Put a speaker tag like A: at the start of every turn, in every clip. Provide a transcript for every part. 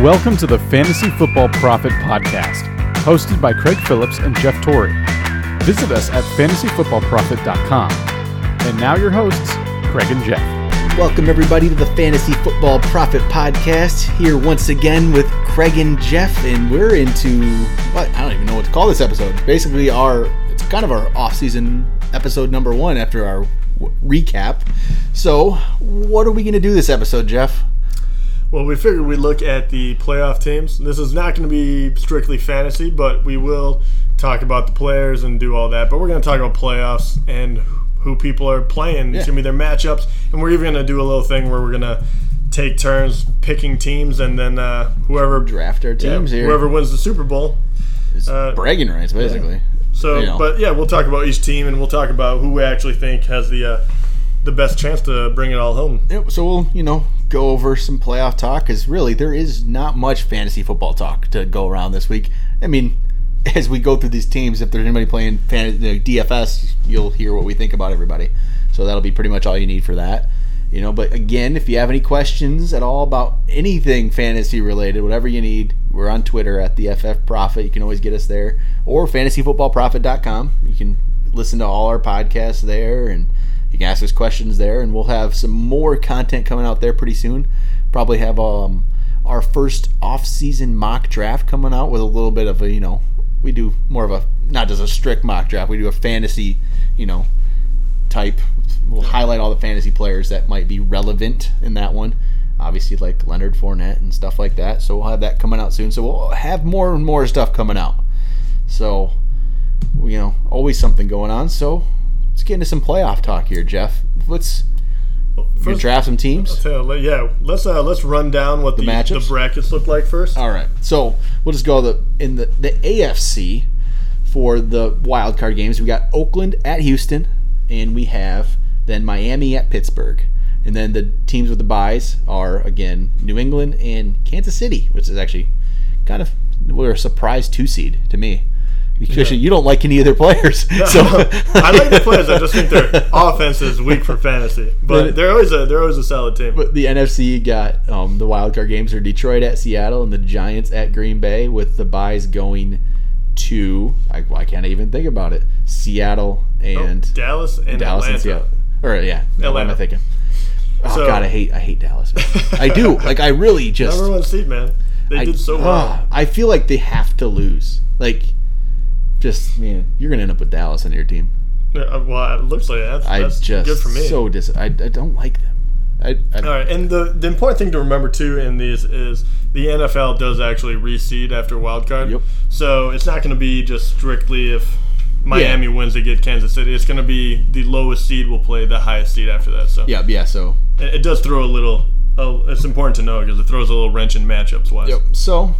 A: Welcome to the Fantasy Football Profit Podcast, hosted by Craig Phillips and Jeff Torrey. Visit us at fantasyfootballprofit.com. And now your hosts, Craig and Jeff.
B: Welcome, everybody, to the Fantasy Football Profit Podcast. Here once again with Craig and Jeff, and we're into what I don't even know what to call this episode. Basically, our it's kind of our off-season episode number one after our w- recap. So, what are we going to do this episode, Jeff?
C: Well, we figured we'd look at the playoff teams. This is not going to be strictly fantasy, but we will talk about the players and do all that. But we're going to talk about playoffs and who people are playing. It's going to be their matchups. And we're even going to do a little thing where we're going to take turns picking teams and then uh, whoever
B: Draft our
C: yeah,
B: teams here.
C: whoever wins the Super Bowl.
B: It's
C: uh,
B: bragging rights, basically.
C: So,
B: You know.
C: but yeah, we'll talk about each team and we'll talk about who we actually think has the uh, the best chance to bring it all home.
B: Yep, so we'll you know go over some playoff talk because really there is not much fantasy football talk to go around this week. I mean, as we go through these teams, if there's anybody playing fan- the DFS, you'll hear what we think about everybody. So that'll be pretty much all you need for that. You know, but again, if you have any questions at all about anything fantasy related, whatever you need, we're on Twitter at the FF Profit. You can always get us there or fantasyfootballprofit.com. You can listen to all our podcasts there and you can ask us questions there, and we'll have some more content coming out there pretty soon. Probably have um, our first off-season mock draft coming out with a little bit of a you know we do more of a not just a strict mock draft. We do a fantasy you know type. We'll highlight all the fantasy players that might be relevant in that one. Obviously, like Leonard Fournette and stuff like that. So we'll have that coming out soon. So we'll have more and more stuff coming out. So you know, always something going on. So let's get into some playoff talk here, Jeff. Let's you gonna
C: First-
B: draft some teams.
C: So, le- yeah, let's uh, let's run down what the, the,
B: matchups?
C: brackets look like first.
B: All right, so we'll just go the in the the AFC for the wild card games. We got Oakland at Houston, and we have then Miami at Pittsburgh, and then the teams with the buys are again New England and Kansas City, which is actually kind of were a surprise two seed to me. Because you don't like any of their players, so
C: I like the players. I just think their offense is weak for fantasy, but they're always a they're always a solid team.
B: But the NFC got um, the wild card games are Detroit at Seattle and the Giants at Green Bay, with the buys going to I, I can't even think about it. Seattle and
C: Dallas
B: Dallas
C: and
B: and
C: Oh, Atlanta.
B: Seattle, or yeah, Atlanta. What am I
C: Atlanta.
B: thinking? Oh
C: So-
B: God, I hate I hate Dallas. I do like I really just
C: Number one seed, man. They
B: I,
C: did so well.
B: ah, I feel like they have to lose. Like just man, you're gonna end up with Dallas on your team.
C: Uh, well, it looks like that's,
B: I
C: that's
B: just
C: good for me.
B: so dis. I, I don't like them. I, I
C: All right, and the the important thing to remember too in these is the NFL does actually reseed after wild card.
B: Yep.
C: So it's not going to be just strictly if Miami wins they get Kansas City. It's going to be the lowest seed will play the highest seed after that. So
B: yeah yeah so
C: it, it does throw a little. Oh, it's important to know because it throws a little wrench in matchups wise.
B: yep so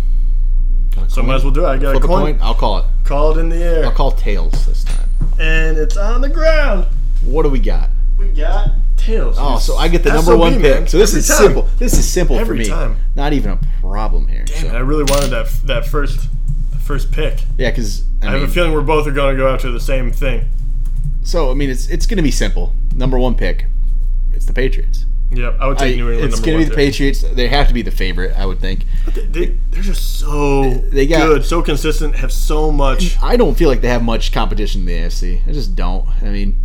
C: So might as well do it. I got a
B: Flip a
C: coin.
B: coin. I'll call it.
C: Call it in the air,
B: I'll call tails this time.
C: and it's on the ground.
B: What do we got?
C: We got tails.
B: Oh, so I get the number
C: SOB,
B: one pick.
C: man.
B: So this
C: Every
B: is
C: time.
B: simple. This is simple
C: Every
B: for me.
C: time.
B: Not even a problem here. so.
C: Damn, I really wanted that that first first pick.
B: Yeah, because I,
C: I have
B: mean,
C: a feeling we're both are going to go after the same thing.
B: so I mean, it's it's gonna be simple. Number one pick. It's the Patriots.
C: Yep, I would
B: I,
C: take New England.
B: it's
C: number
B: gonna be
C: one
B: the
C: pick.
B: Patriots. They have to be the favorite, I would think.
C: They, they're just so
B: They got-
C: good, so consistent, have so much.
B: I don't feel like they have much competition in the AFC. I just don't. I mean,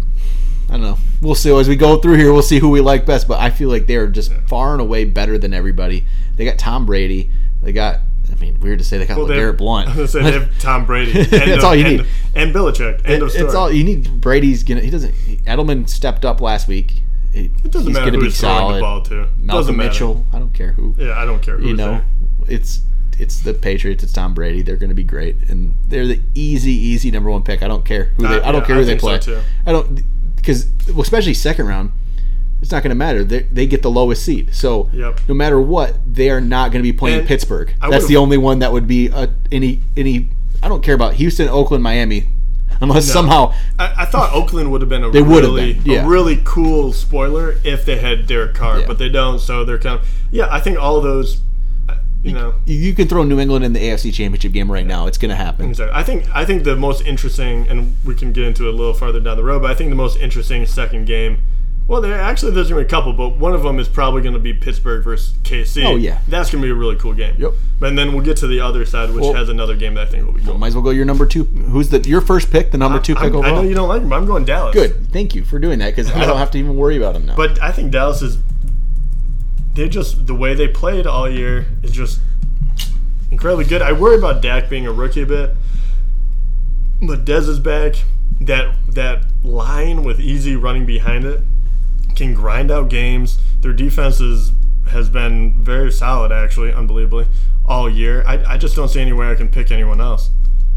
B: I don't know. We'll see as we go through here. We'll see who we like best. But I feel like they're just far and away better than everybody. They got Tom Brady. They got. I mean, weird to say they got
C: Well, they
B: LeGarrette
C: have,
B: Blunt.
C: I was gonna say they have Tom Brady. End
B: That's
C: of-
B: all you
C: end
B: need.
C: of- and Belichick. End of story.
B: it's all you need. Brady's gonna. He doesn't. Edelman stepped up last week. It,
C: it doesn't
B: he's
C: matter
B: gonna
C: who
B: be
C: he's throwing
B: solid.
C: the ball to.
B: Malcolm
C: doesn't matter.
B: Mitchell. I don't care who.
C: Yeah, I don't care. Who's
B: you know,
C: there.
B: it's it's the Patriots. It's Tom Brady. They're going to be great, and they're the easy, easy number one pick. I don't care who they.
C: Uh,
B: I don't
C: yeah,
B: care
C: I
B: who they
C: think so,
B: play.
C: too.
B: I don't because well, especially second round, it's not going to matter. They they get the lowest seed, so
C: Yep.
B: no matter what, they are not going to be playing
C: And
B: Pittsburgh.
C: I
B: That's
C: would've-
B: the only one that would be uh any any. I don't care about Houston, Oakland, Miami, unless somehow
C: I, I thought Oakland would have been a
B: would have
C: really,
B: been, yeah.
C: a really cool spoiler if they had Derek Carr,
B: Yeah.
C: but they don't. So they're kind of yeah. I think all those, uh, you know,
B: you can throw New England in the AFC Championship game right now. It's going to happen.
C: So I think I think the most interesting, and we can get into it a little farther down the road. But I think the most interesting second game Well, there actually there's gonna be a couple, but one of them is probably gonna be Pittsburgh versus KC.
B: Oh, yeah.
C: that's gonna be a really cool game.
B: Yep.
C: And then we'll get to the other side, which
B: Well-
C: has another game that I think will be cool.
B: Might as well go your number two. Who's the your first pick? The number two pick
C: I'm- I
B: overall.
C: know you don't like them, but I'm going Dallas.
B: Good. Thank you for doing that because I don't have to even worry about him now.
C: But I think Dallas is. They just the way they played all year is just incredibly good. I worry about Dak being a rookie a bit, but Dez is back. That that line with easy running behind it can grind out games. Their defense is, has been very solid, actually, unbelievably, all year. I, I just don't see anywhere I can pick anyone else.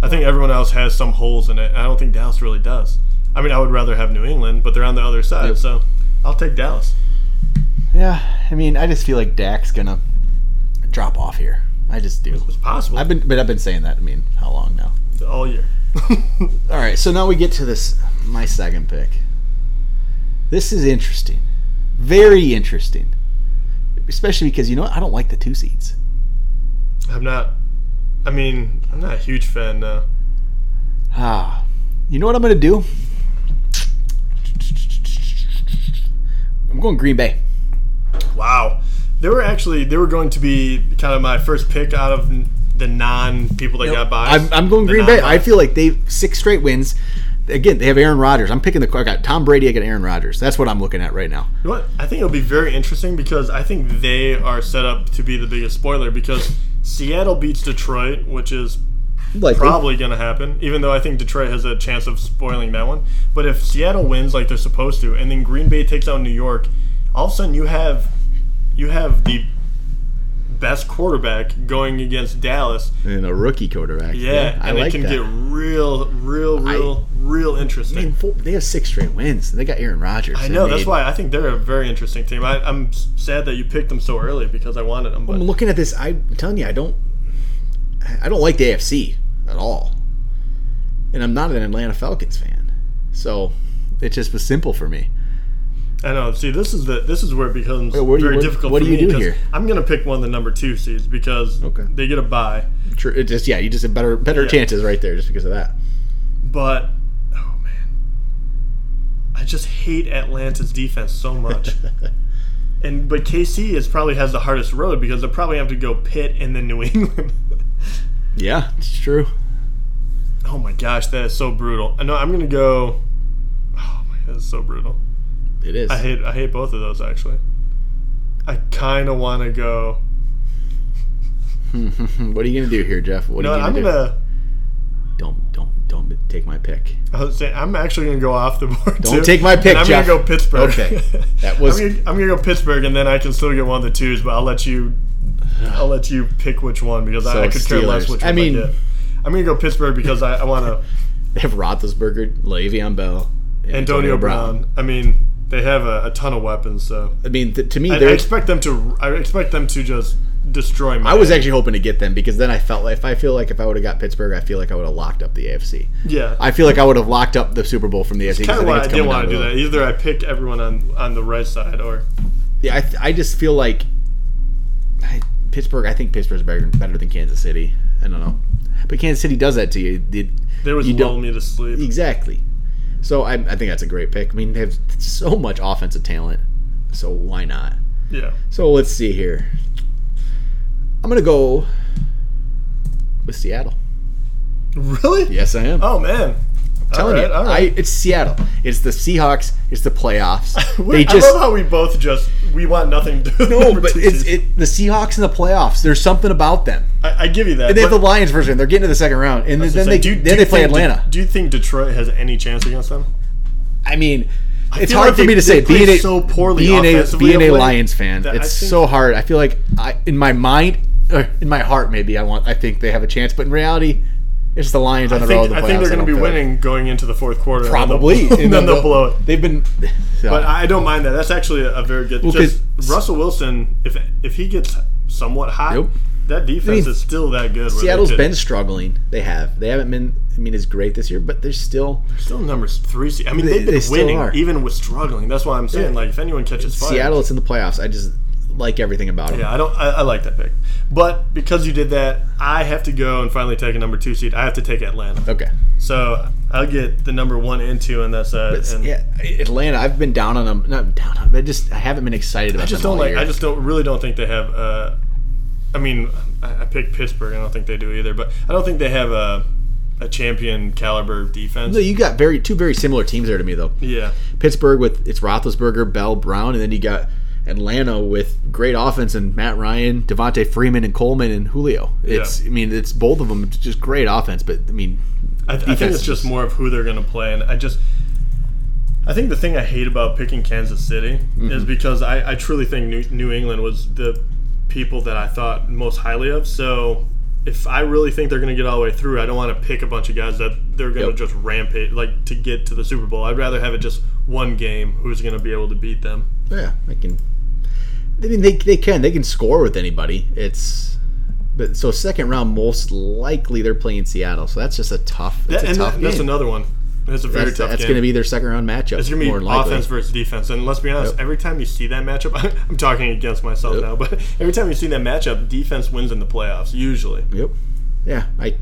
C: I think everyone else has some holes in it. and I don't think Dallas really does. I mean, I would rather have New England, but they're on the other side,
B: Yep.
C: so I'll take Dallas.
B: yeah, I mean, I just feel like Dak's gonna drop off here. I just do.
C: It's possible
B: I've been, but I've been saying that. I mean, how long now?
C: all year.
B: All right, so now we get to this my second pick. This is interesting, very interesting, especially because you know what? I don't like the two seeds.
C: I'm not. I mean, I'm not a huge fan. uh, No.
B: Ah, you know what I'm gonna do? I'm going Green Bay.
C: Wow, they were actually they were going to be kind of my first pick out of n- the non people that got by.
B: I'm, I'm going Green Bay. I feel like they six straight wins. Again, they have Aaron Rodgers. I'm picking the. I got Tom Brady. I got Aaron Rodgers. That's what I'm looking at right now.
C: You know what? I think it'll be very interesting because I think they are set up to be the biggest spoiler because Seattle beats Detroit, which is
B: Like
C: probably going to happen, even though I think Detroit has a chance of spoiling that one. But if Seattle wins like they're supposed to, and then Green Bay takes out New York, all of a sudden you have you have the best quarterback going against Dallas.
B: and a rookie quarterback.
C: Yeah,
B: I
C: and
B: like
C: it can
B: that.
C: get real, real, real, real
B: I mean,
C: interesting.
B: four- they have six straight wins. and They got Aaron Rodgers.
C: I
B: They
C: know that's
B: made-
C: why I think they're a very interesting team. I, I'm s- sad that you picked them so early because I wanted them, but
B: I'm looking at this. I'm telling you, I don't. I don't like the AFC at all, and I'm not an Atlanta Falcons fan, so it just was simple for me.
C: I know. See, this is the this is where it becomes
B: Wait, what do you-
C: very
B: what-
C: difficult.
B: what
C: for
B: do you
C: me
B: do
C: 'cause
B: here?
C: I'm gonna pick one of the number two seeds because
B: Okay.
C: they get a bye.
B: True, it just yeah, you just have better better
C: Yeah.
B: chances right there just because of that.
C: But oh man, I just hate Atlanta's defense so much. and but KC is probably has the hardest road because they'll probably have to go Pitt and then New England.
B: Yeah, it's true.
C: oh my gosh, that is so brutal. I know. I'm gonna go. Oh my, that's so brutal.
B: It is.
C: I hate I hate both of those actually. I kind of want to go.
B: Hmm, what are you gonna do here, Jeff? What
C: No,
B: are you
C: I'm
B: gonna do?
C: gonna.
B: Don't don't don't take my pick.
C: I was saying, I'm actually going to go off the board.
B: Don't
C: too.
B: take my pick,
C: And I'm
A: Jeff.
C: going to go Pittsburgh.
B: Okay. That was-
C: I'm going to go Pittsburgh, and then I can still get one of the twos. But I'll let you, I'll let you pick which one because I, I
B: So,
C: could care less
B: Steelers.
C: which
B: I
C: one I
B: mean-
C: get. I'm going to go Pittsburgh because I, I want to
B: They have Roethlisberger, Le'Veon Bell, and
C: Antonio Brown. I mean, they have a, a ton of weapons, so
B: I mean, th- to me,
C: I, I
B: they're.
C: expect them to. I expect them to just destroy. My
B: I was actually hoping to get them because then I felt like if I feel like if I would have got Pittsburgh, I feel like I would have locked up the AFC.
C: yeah.
B: I feel like I would have locked up the Super Bowl from the AFC. 'cause
C: Kind of
B: think
C: why I
B: it's
C: didn't
B: coming
C: want to do
B: down
C: that.
B: the-
C: Either I pick everyone on on the right side, or
B: Yeah, I, th- I just feel like I, Pittsburgh. I think Pittsburgh's better, better than Kansas City. I don't know, but Kansas City does that to you. It-
C: they was
B: you
C: lull
B: don't
C: me to sleep.
B: exactly. So I, I think that's a great pick. I mean, they have so much offensive talent. So why not?
C: Yeah.
B: So let's see here. I'm gonna go with Seattle.
C: Really?
B: Yes, I am.
C: Oh man!
B: telling
C: All right,
B: you,
C: all right.
B: I, it's Seattle. It's the Seahawks. It's the playoffs.
C: We- I love how we both just we want nothing to do. with
B: no,
C: number
B: but
C: two
B: it's
C: seeds.
B: it. The Seahawks in the playoffs. There's something about them.
C: I, I give you that.
B: And they have
C: but-
B: the Lions version. They're getting to the second round, and then,
C: so
B: they
C: do you-
B: then
C: do you
B: they play
C: think-
B: Atlanta.
C: Do you think Detroit has any chance against them?
B: I mean, it's
C: feel
B: hard
C: like
B: for
C: they-
B: me to
C: they
B: say. Being
C: play
B: a
C: so poorly
B: being a,
C: offensively
B: being a
C: of late
B: Lions fan,
C: that I
B: it's
C: think-
B: so hard. I feel like I in my mind, or in my heart, maybe I want. I think they have a chance, but in reality, it's the Lions on
C: I
B: the road. to
C: think,
B: The
C: I think
B: playoffs.
C: they're
B: don't
C: going to be
B: feel like-
C: winning going into the fourth quarter. and then they'll-
B: probably,
C: and then, they'll
B: they'll-
C: blow it.
B: They've been, so,
C: But I don't mind that. That's actually a very good. because
B: 'cause-
C: Russell Wilson, if if he gets somewhat hot,
B: Yep.
C: that defense
B: I mean,
C: is still that good. where they
B: Seattle's
C: could-
B: been struggling. They have. They haven't been. I mean, as great this year, but they're still.
C: still number three. seed. I mean,
B: They-
C: they've been
B: they still
C: winning
B: are.
C: even with struggling. That's why I'm saying,
B: Yeah.
C: like, if anyone catches fire,
B: Seattle, it's in the playoffs. I just like everything about him.
C: Yeah, I don't. I, I like that pick, but because you did that, I have to go and finally take a number two seed. I have to take Atlanta.
B: Okay.
C: So I'll get the number one and two, uh, and that's that.
B: It's-
C: and
B: yeah, Atlanta. I've been down on them. Not down on. I just I haven't been excited about
C: I just
B: them
C: don't
B: all
C: like.
B: year.
C: I just don't really don't think they have. Uh, I mean, I, I picked Pittsburgh. I don't think they do either, but I don't think they have a a champion caliber defense.
B: So you got very two very similar teams there to me though.
C: yeah,
B: Pittsburgh with its Roethlisberger, Bell, Brown, and then you got Atlanta with great offense and Matt Ryan, Devontae Freeman, and Coleman and Julio. It's I mean it's both of them it's just great offense, but I mean
C: I, I think
B: Defense
C: it's just
B: is-
C: more of who they're going to play, and I just. I think the thing I hate about picking Kansas City
B: Mm-hmm.
C: is because I, I truly think New, New England was the people that I thought most highly of. So if I really think they're going to get all the way through, I don't want to pick a bunch of guys that they're going
B: Yep.
C: to just rampage like to get to the Super Bowl. I'd rather have it just one game who's going to be able to beat them.
B: yeah, I can. I mean they they can they can score with anybody. It's but so second round most likely they're playing Seattle, so that's just a tough. That's
C: That-
B: a
C: and
B: tough
C: that's
B: game.
C: another one. That's a very
B: that's,
C: tough
B: that's
C: game.
B: going to be their second round matchup.
C: It's gonna be
B: more than likely.
C: offense versus defense, and let's be honest.
B: Yep.
C: Every time you see that matchup, I'm talking against myself
B: Yep.
C: now, but every time you see that matchup, defense wins in the playoffs usually.
B: Yep. Yeah, I.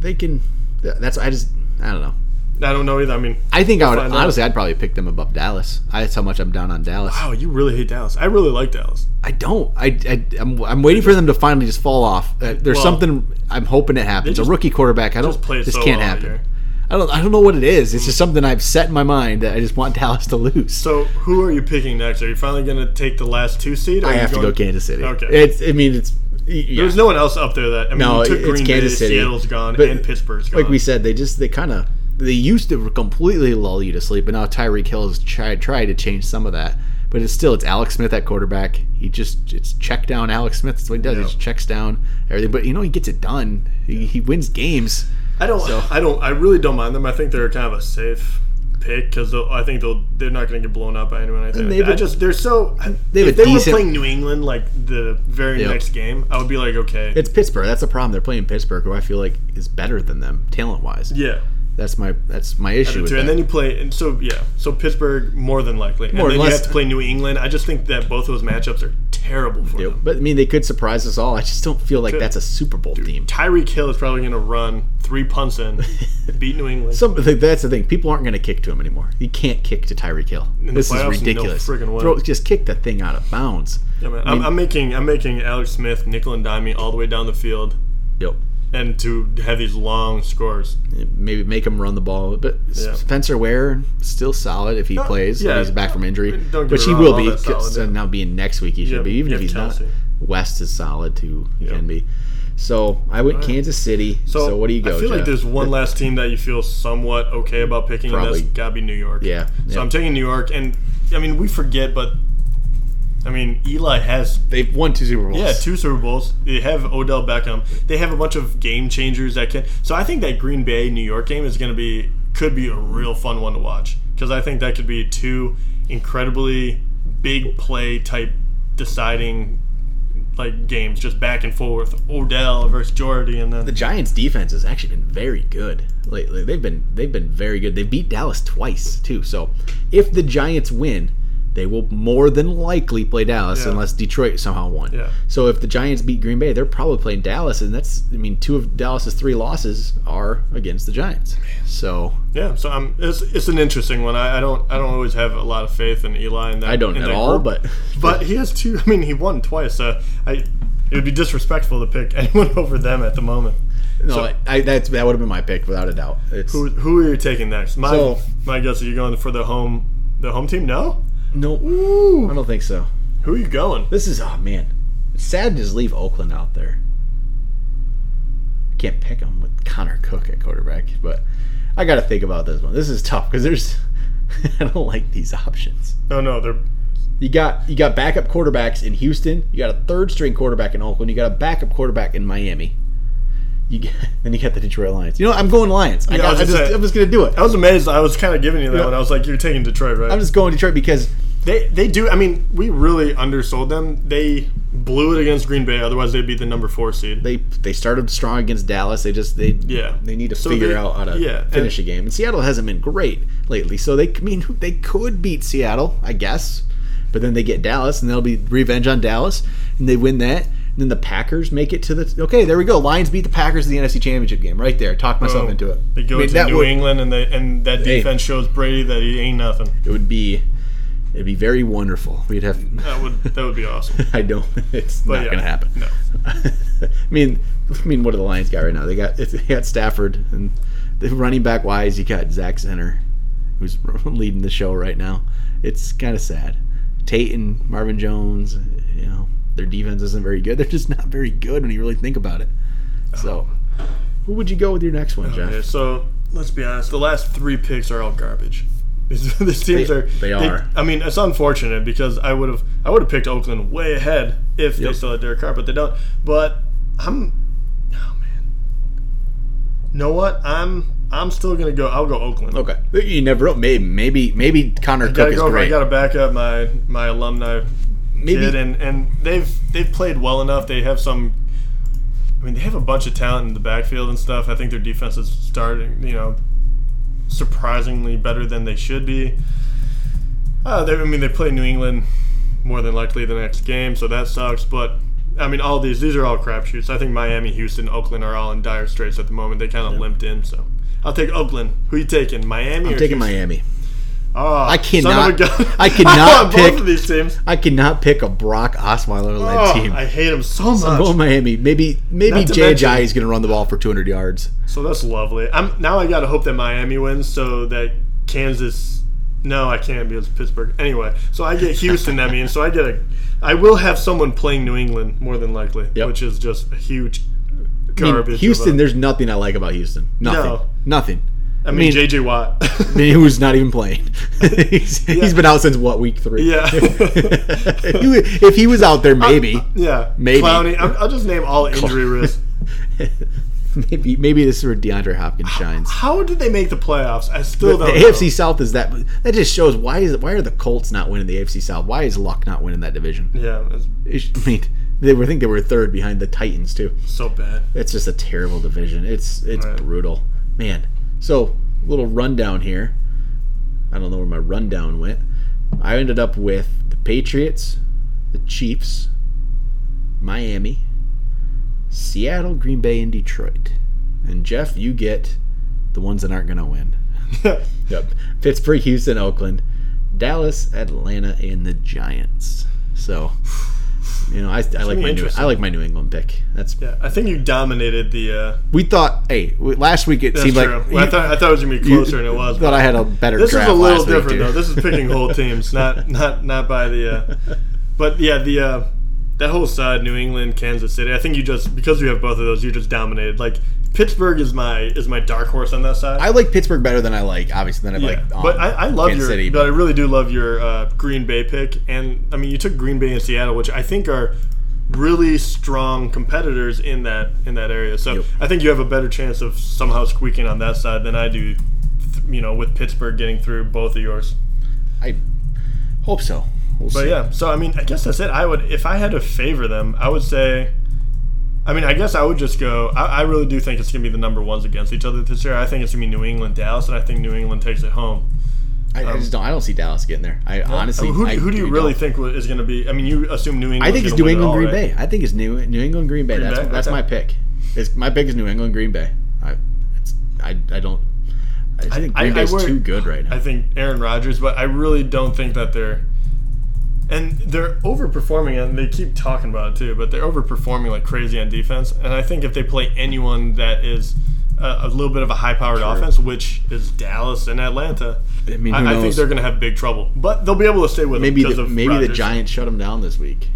B: They can. That's I just I don't know.
C: I don't know either. I mean,
B: I think I would
C: find out.
B: honestly I'd probably pick them above Dallas. I, that's how much I'm down on Dallas.
C: wow, oh, you really hate Dallas. I really like Dallas.
B: I don't. I, I I'm, I'm waiting for them to finally just fall off. Uh, there's
C: Well,
B: something I'm hoping it happens.
C: just-
B: a rookie quarterback. I don't.
C: just played
B: This
C: so
B: can't
C: well all
B: happen.
C: year.
B: I don't. I don't know what it is. It's just something I've set in my mind that I just want Dallas to lose.
C: So, who are you picking next? Are you finally gonna take the last two seed? or
B: I
C: are you
B: have to go
C: going-
B: Kansas City.
C: Okay.
B: It's. I mean, it's. Yeah.
C: There's no one else up there that I mean.
B: No,
C: you took
B: it's
C: Green
B: Kansas
C: Bay,
B: City.
C: Seattle's gone,
B: But-
C: and Pittsburgh's gone.
B: like we said, they just they kind of they used to completely lull you to sleep, but now Tyreek Hill has tried tried to change some of that. But it's still it's Alex Smith at quarterback. He just it's check down Alex Smith. That's what he does. He
C: Yeah.
B: just checks down everything. But you know he gets it done. He, he wins games.
C: I don't. I don't. I really don't mind them. I think they're kind of a safe pick because I think they'll they're not going to get blown out by anyone. I think.
B: they have
C: I
B: a-
C: just they're so.
B: they have
C: if
B: a
C: they
B: decent-
C: were playing New England like the very
B: Yep.
C: next game, I would be like, okay,
B: It's Pittsburgh. That's the problem. They're playing Pittsburgh, who I feel like is better than them talent wise.
C: yeah.
B: That's my that's my issue with
C: Too. And
B: that.
C: then you play, and so yeah, so Pittsburgh more than likely,
B: More or
C: and then you
B: less.
C: have to play New England. I just think that both those matchups are terrible for
B: Yep.
C: them.
B: But I mean, they could surprise us all. I just don't feel like that's a Super Bowl team.
C: Tyreek Hill is probably going to run three punts in, beat New England.
B: Some like, that's the thing. People aren't going to kick to him anymore. You can't kick to Tyreek Hill.
C: the
B: This is
C: playoffs, no
B: ridiculous.
C: friggin' way.
B: Throw, just kick the thing out of bounds.
C: Yeah, man. I'm, I'm making I'm making Alex Smith, nickel and dime me all the way down the field,
B: Yep.
C: and to have these long scores.
B: Maybe make him run the ball, but
C: Yeah.
B: Spencer Ware still solid if he plays.
C: yeah.
B: Yeah, he's back from injury,
C: Don't get
B: which
C: me
B: he
C: wrong,
B: will
C: all
B: be.
C: that's solid,
B: 'cause, uh,
C: yeah.
B: Now being next week, he should
C: have-
B: be. Even
C: you
B: if
C: have
B: he's
C: Kelsey.
B: not, West is solid too. He can be. So I went Kansas City. So, what do you go?
C: I feel like
B: Jeff?
C: there's one last team that you feel somewhat okay about picking,
B: Probably.
C: and that's got to be New York.
B: Yeah, yeah.
C: So I'm taking New York, and I mean we forget, but I mean Eli has
B: They've won two Super Bowls.
C: yeah two Super Bowls. They have Odell Beckham. They have a bunch of game changers that can. So I think that Green Bay New York game is going to be could be a real fun one to watch because I think that could be two incredibly big play type deciding like games just back and forth Odell versus Jordy and then
B: the Giants' defense has actually been very good lately. They've been they've been very good. They beat Dallas twice too. So if the Giants win, they will more than likely play Dallas
C: Yeah.
B: unless Detroit somehow won.
C: Yeah.
B: So if the Giants beat Green Bay, they're probably playing Dallas, and that's I mean two of Dallas's three losses are against the Giants. So
C: Yeah, so I'm. It's, it's an interesting one. I, I don't. I don't always have a lot of faith in Eli. In that,
B: I don't
C: in
B: at
C: that
B: all,
C: group.
B: but
C: but he has two. I mean, he won twice. So I. It would be disrespectful to pick anyone over them at the moment.
B: no,
C: So-
B: I, that's that would have been my pick without a doubt. It's
C: Who, who are you taking next? My
B: So-
C: my guess is you're going for the home the home team. No,
B: no, I don't think so.
C: who are you going?
B: This is oh man, it's sad to just leave Oakland out there. Can't pick them with Connor Cook at quarterback, but I got to think about this one. This is tough because there's I don't like these options.
C: No, no, they're
B: You got you got backup quarterbacks in Houston. You got a third string quarterback in Oakland. You got a backup quarterback in Miami. You get, then you got the Detroit Lions. You know what? I'm going Lions. I
C: Yeah, I
B: got,
C: was
B: I
C: gonna
B: just,
C: say-
B: I'm just gonna do it.
C: I was amazed. I was kind of giving you that
B: Yeah.
C: one. I was like, you're taking Detroit, right?
B: I'm just going Detroit because
C: They they do. I mean, we really undersold them. They blew it against Green Bay. Otherwise, they'd be the number four seed.
B: they they started strong against Dallas. They just they
C: Yeah.
B: they need to
C: So
B: figure
C: they-
B: out how to
C: yeah,
B: finish a game. And Seattle hasn't been great lately, so they I mean they could beat Seattle, I guess. But then they get Dallas, and they'll be revenge on Dallas, and they win that. And then the Packers make it to the okay. There we go. Lions beat the Packers in the NFC Championship game. Right there, talk myself
C: Oh,
B: into it.
C: They go
B: I mean,
C: to
B: that
C: New
B: would-
C: England and they and that
B: Hey.
C: defense shows Brady that he ain't nothing.
B: It would be, it'd be very wonderful. We'd have.
C: That would that would be awesome.
B: I don't. It's
C: But
B: not
C: yeah,
B: gonna happen.
C: No.
B: I mean, I mean, what do the Lions got right now? They got they got Stafford, and the running back wise, you got Zach Center, who's leading the show right now. It's kind of sad. Tate and Marvin Jones, you know, their defense isn't very good. They're just not very good when you really think about it. So,
C: Oh.
B: who would you go with your next one, Jeff?
C: Okay, so let's be honest. The last three picks are all garbage. These these teams
B: They-
C: are.
B: they are.
C: I mean, it's unfortunate because I would have I would have picked Oakland way ahead if they
B: Yep.
C: still had Derek Carr, but they don't. But I'm. Oh man. You know what? I'm I'm still gonna go. I'll go Oakland.
B: Okay, you never know. Maybe maybe maybe Connor
C: Gotta
B: Cook is
C: go, I
B: great.
C: gotta back up my my alumni
B: Maybe
C: kid, and and they've they've played well enough. They have some. I mean, they have a bunch of talent in the backfield and stuff. I think their defense is starting, you know, surprisingly better than they should be. Uh, they, I mean, they play New England more than likely the next game, so that sucks. But I mean, all these these are all crapshoots. I think Miami, Houston, Oakland are all in dire straits at the moment. They kind of limped in, so I'll take Oakland. Who you taking, Miami?
B: I'm
C: or
B: taking
C: Houston?
B: Miami.
C: Oh,
B: I
C: son of a
B: cannot-
C: gun.
B: I cannot
C: want
B: pick-
C: both of these teams.
B: I cannot pick a Brock Osweiler led
C: Oh,
B: team.
C: I hate him so much.
B: Well, Miami. Maybe maybe
C: Not to
B: JJ
C: mention-
B: is going to run the ball for 200 yards.
C: So that's lovely. I'm now I gotta hope that Miami wins so that Kansas. No, I can't because it's Pittsburgh. Anyway, so I get Houston. I mean, so I get a. I will have someone playing New England more than likely,
B: Yep.
C: which is just a huge
B: I mean,
C: garbage. of
B: Houston,
C: a-
B: there's nothing I like about Houston. Nothing.
C: No.
B: Nothing.
C: I mean,
B: mean-
C: JJ Watt.
B: I mean, Who's not even playing? he's, he's been out since what week three?
C: Yeah.
B: if, he, was- if he was out there, maybe,
C: yeah,
B: Maybe.
C: Clowney. I'm, I'll just name all injury risks.
B: maybe, maybe this is where DeAndre Hopkins shines.
C: How did they make the playoffs? I
B: The
C: still don't. know.
B: AFC South is that. That just shows why is why are the Colts not winning the AFC South? Why is Luck not winning that division?
C: Yeah, that's
B: It's- I mean, they were I think they were third behind the Titans too.
C: so bad.
B: It's just a terrible division. It's it's
C: Right.
B: brutal, man. So little rundown here. I don't know where my rundown went. I ended up with the Patriots, the Chiefs, Miami, Seattle, Green Bay, and Detroit. And Jeff, you get the ones that aren't going to win. Yep. Pittsburgh, Houston, Oakland, Dallas, Atlanta, and the Giants. So, you know, I, I like
C: be
B: my new
C: interesting.
B: I like my New England pick. That's
C: yeah, I think you dominated the. Uh,
B: we thought, hey, w- last week it
C: that's
B: seemed
C: true.
B: like
C: Well, I
B: you-
C: thought I thought it was gonna be
B: you
C: closer than it was. but-
B: Thought I had a better.
C: This is
B: draft
C: a little
B: last week,
C: different
B: too.
C: though. This is picking whole teams, not not not by the. Uh, but yeah, the uh, that whole side, New England, Kansas City. I think you just because you have both of those, you just dominated. Like Pittsburgh is my is my dark horse on that side.
B: I like Pittsburgh better than I like obviously than I like. Um,
C: but I, I love
B: Kansas
C: your,
B: City.
C: but I really do love your uh, Green Bay pick, and I mean you took Green Bay and Seattle, which I think are really strong competitors in that in that area. So
B: Yep.
C: I think you have a better chance of somehow squeaking on that side than I do. th- You know, with Pittsburgh getting through both of yours.
B: I hope so. We'll
C: But
B: see.
C: yeah, so I mean, I guess that's it. I would, if I had to favor them, I would say, I mean, I guess I would just go. I, I really do think it's gonna be the number ones against each other this year. I think it's gonna be New England, Dallas, and I think New England takes it home.
B: I, I just don't. I don't see Dallas getting there. I honestly.
C: um, I mean, who,
B: I
C: who do you really
B: don't.
C: think is gonna be? I mean, you assume New England.
B: I think it's New England Green Bay. I think it's New New England Green Bay.
C: Green
B: that's
C: Bay?
B: that's
C: Okay.
B: my pick. It's my pick is New England Green Bay. I it's, I, I don't. I just think
C: I-
B: Green
C: I
B: Bay's
C: worry-
B: too good right now.
C: I think Aaron Rodgers, but I really don't think that they're. And they're overperforming, and they keep talking about it too. But they're overperforming like crazy on defense. And I think if they play anyone that is a, a little bit of a high-powered offense, which is Dallas and Atlanta,
B: I mean, who
C: I, I think
B: knows?
C: they're going to have big trouble. But they'll be able to stay with
B: maybe
C: them because
B: the,
C: of
B: maybe the
C: Rodgers.
B: Giants shut them down this week.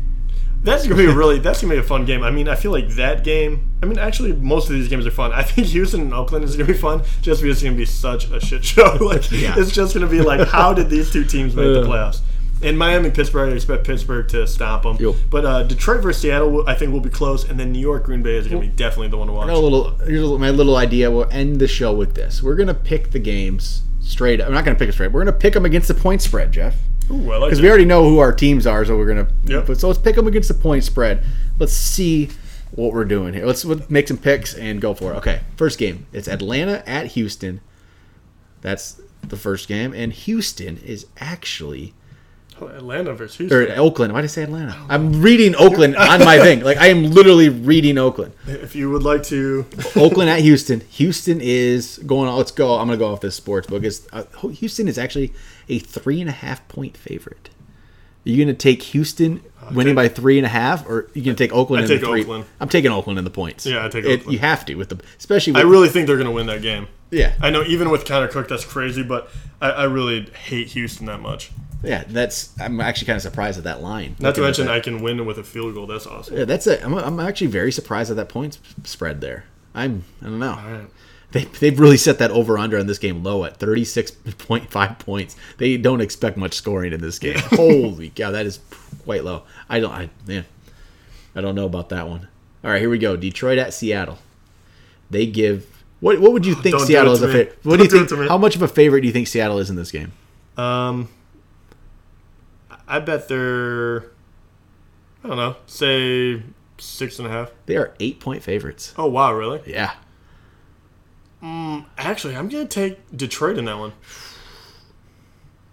C: That's gonna be a really that's gonna be a fun game. I mean, I feel like that game. I mean, actually, most of these games are fun. I think Houston and Oakland is gonna be fun, just because it's gonna be such a shit show. like,
B: Yeah.
C: it's just gonna be like, how did these two teams make the
B: Yeah.
C: playoffs? In Miami, Pittsburgh, I expect Pittsburgh to stomp them.
B: Yep.
C: But uh, Detroit versus Seattle, will- I think will be close, and then New York, Green Bay is gonna be definitely the one to watch.
B: got a little here's a little- my little idea. We'll end the show with this. We're gonna pick the games straight. I'm not gonna pick it straight. We're gonna pick them against the point spread, Jeff,
C: Ooh, I like
B: because
C: it.
B: we already know who our teams are. So we're gonna.
C: Yep.
B: But so let's pick them against the point spread. Let's see what we're doing here. Let's, let's make some picks and go for it. Okay, first game. It's Atlanta at Houston. That's the first game, and Houston is actually
C: Atlanta versus Houston.
B: or Oakland. Why did I say Atlanta?
C: Oh,
B: I'm reading Oakland on my thing. Like I am literally reading Oakland.
C: If you would like to,
B: Oakland at Houston. Houston is going. Let's go. I'm gonna go off this sports book. It's, uh, Houston is actually a three and a half point favorite. Are you gonna take Houston winning by three and a half, or are you gonna take Oakland?
C: I
B: in
C: take
B: the three?
C: Oakland.
B: I'm taking Oakland in the points.
C: Yeah, I take
B: It-
C: Oakland.
B: You have to with the especially. With,
C: I really think they're going to win that game.
B: yeah
C: I know, even with Connor Cook, that's crazy, but I, I really hate Houston that much.
B: yeah. That's I'm actually kind of surprised at that line.
C: Not to
B: Looking at
C: mention,
B: that.
C: I can win with a field goal. That's awesome.
B: Yeah, that's it. I'm, I'm actually very surprised at that points spread there. I'm I don't know. They they've really set that over under on this game low at 36.5 points. They don't expect much scoring in this game. Holy cow, that is quite low. I don't I man, I don't know about that one. All right, here we go. Detroit at Seattle. They give what what would you think
C: don't do
B: Seattle
C: it
B: is
C: to
B: a
C: me.
B: favorite? What
C: Don't
B: do
C: do
B: you
C: it to
B: think?
C: me.
B: How much of a favorite do you think Seattle is in this game?
C: Um, I bet they're, I don't know, say six and a half.
B: They are 8 point favorites.
C: Oh, wow, really?
B: Yeah.
C: Actually, I'm going to take Detroit in that one.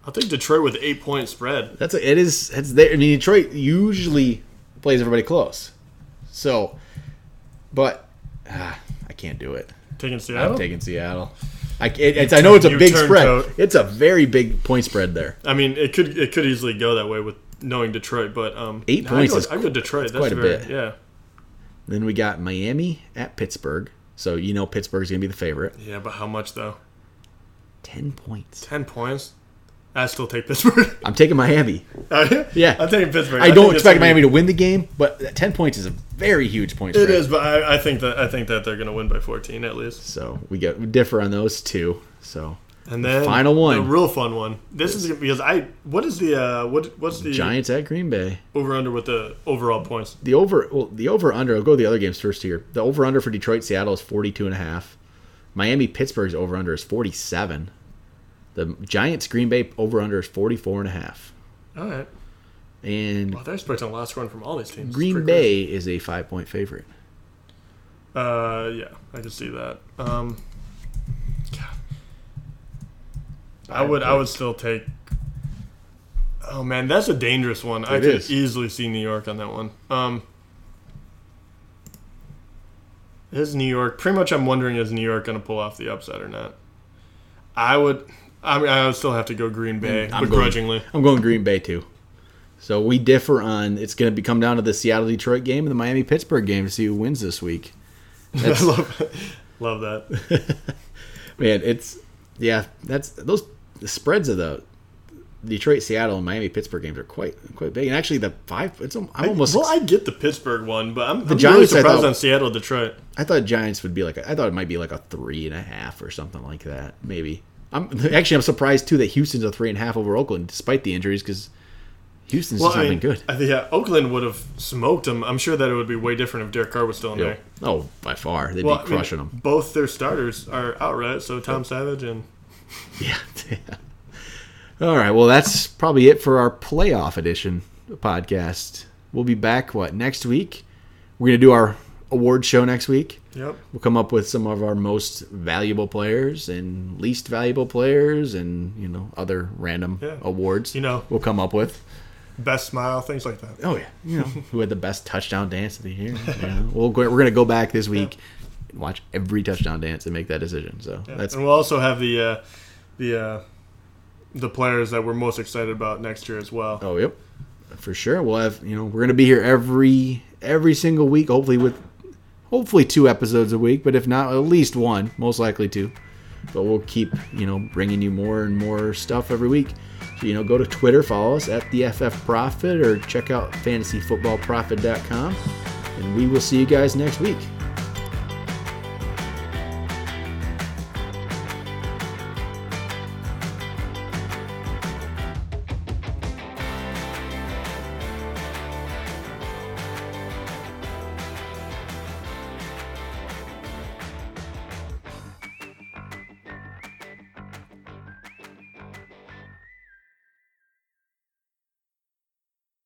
C: I'll take Detroit with eight point spread.
B: That's a, it is. It's there. I mean, Detroit usually plays everybody close, so, but ah, I can't do it.
C: Taking
B: I'm
C: Seattle.
B: taking Seattle. I, it, it's, I know it's a
C: You
B: big spread.
C: turncoat.
B: It's a very big point spread there.
C: I mean, it could it could easily go that way with knowing Detroit, but um,
B: Eight
C: I
B: points
C: go,
B: is
C: I go Detroit. That's
B: quite a
C: very,
B: bit.
C: Yeah,
B: Then we got Miami at Pittsburgh. So you know Pittsburgh's gonna be the favorite.
C: yeah, but how much though?
B: Ten points.
C: Ten points. I still take Pittsburgh.
B: I'm taking Miami. Yeah.
C: I'm taking Pittsburgh.
B: I
C: think
B: don't
C: it's
B: expect
C: gonna
B: Miami
C: be-
B: to win the game, but that ten points is a very huge point
C: It
B: spread.
C: is, but I, I think that I think that they're going to win by 14 at least.
B: So we got we differ on those two. So
C: And then
B: Final one.
C: the real fun one. This is because I what is the uh, what what's the
B: Giants at Green Bay.
C: over under with the overall points?
B: the over well the over under i'll go to the other games first here the over under for detroit seattle is 42 and a half miami pittsburgh's over under is 47 the giants green bay over under is 44 and a half
C: All right,
B: and
C: well they're expecting a lot scoring from all these teams. It's
B: green
C: pretty
B: bay is a five point favorite
C: crazy. Uh, yeah, I can see that. Um, God. I would I would still take. Oh man, that's a dangerous one. I
B: It
C: could
B: is.
C: easily see New York on that one. Um, is New York pretty much? I'm wondering is New York going to pull off the upset or not? I would. I mean, I would still have to go Green Bay
B: Hmm, I'm going-
C: begrudgingly.
B: i'm going green bay too so we differ on it's going to be come down to the seattle detroit game and the miami pittsburgh game to see who wins this week
C: I love, love that.
B: man it's yeah that's those the spreads of the Detroit, Seattle, and Miami, Pittsburgh games are quite quite big, and actually the five. It's al- I'm almost.
C: Well, I get the Pittsburgh one, but I'm, I'm really
B: Giants, I
C: surprised
B: thought-
C: on Seattle, Detroit.
B: I thought Giants would be like a, I thought it might be like a three and a half or something like that. Maybe. I'm actually I'm surprised too that Houston's a three and a half over Oakland despite the injuries because Houston's
C: Well,
B: just not
C: I mean,
B: been good.
C: I think yeah, Oakland would have smoked them. I'm sure that it would be way different if Derek Carr was still in there.
B: Oh, by far they'd
C: Well, I
B: be
C: mean,
B: crushing them.
C: Both their starters are out, right? So Tom Savage and
B: Yeah. All right. Well, that's probably it for our playoff edition podcast. We'll be back what next week. We're gonna do our award show next week.
C: yep.
B: We'll come up with some of our most valuable players and least valuable players, and you know other random
C: Yeah.
B: awards.
C: You know.
B: we'll come up with.
C: best smile, things like that.
B: Oh yeah, you know who had the best touchdown dance of the year. You know? We'll go, we're gonna go back this week, and watch every touchdown dance and make that decision. So that's
C: and we'll also have the uh, the uh, the players that we're most excited about next year as well.
B: Oh, yep, for sure. We'll have you know we're gonna be here every every single week. Hopefully with hopefully two episodes a week, but if not, at least one. Most likely two. But we'll keep you know bringing you more and more stuff every week. So you know go to Twitter, follow us at the FF Profit, or check out fantasyfootballprofit.com, and we will see you guys next week.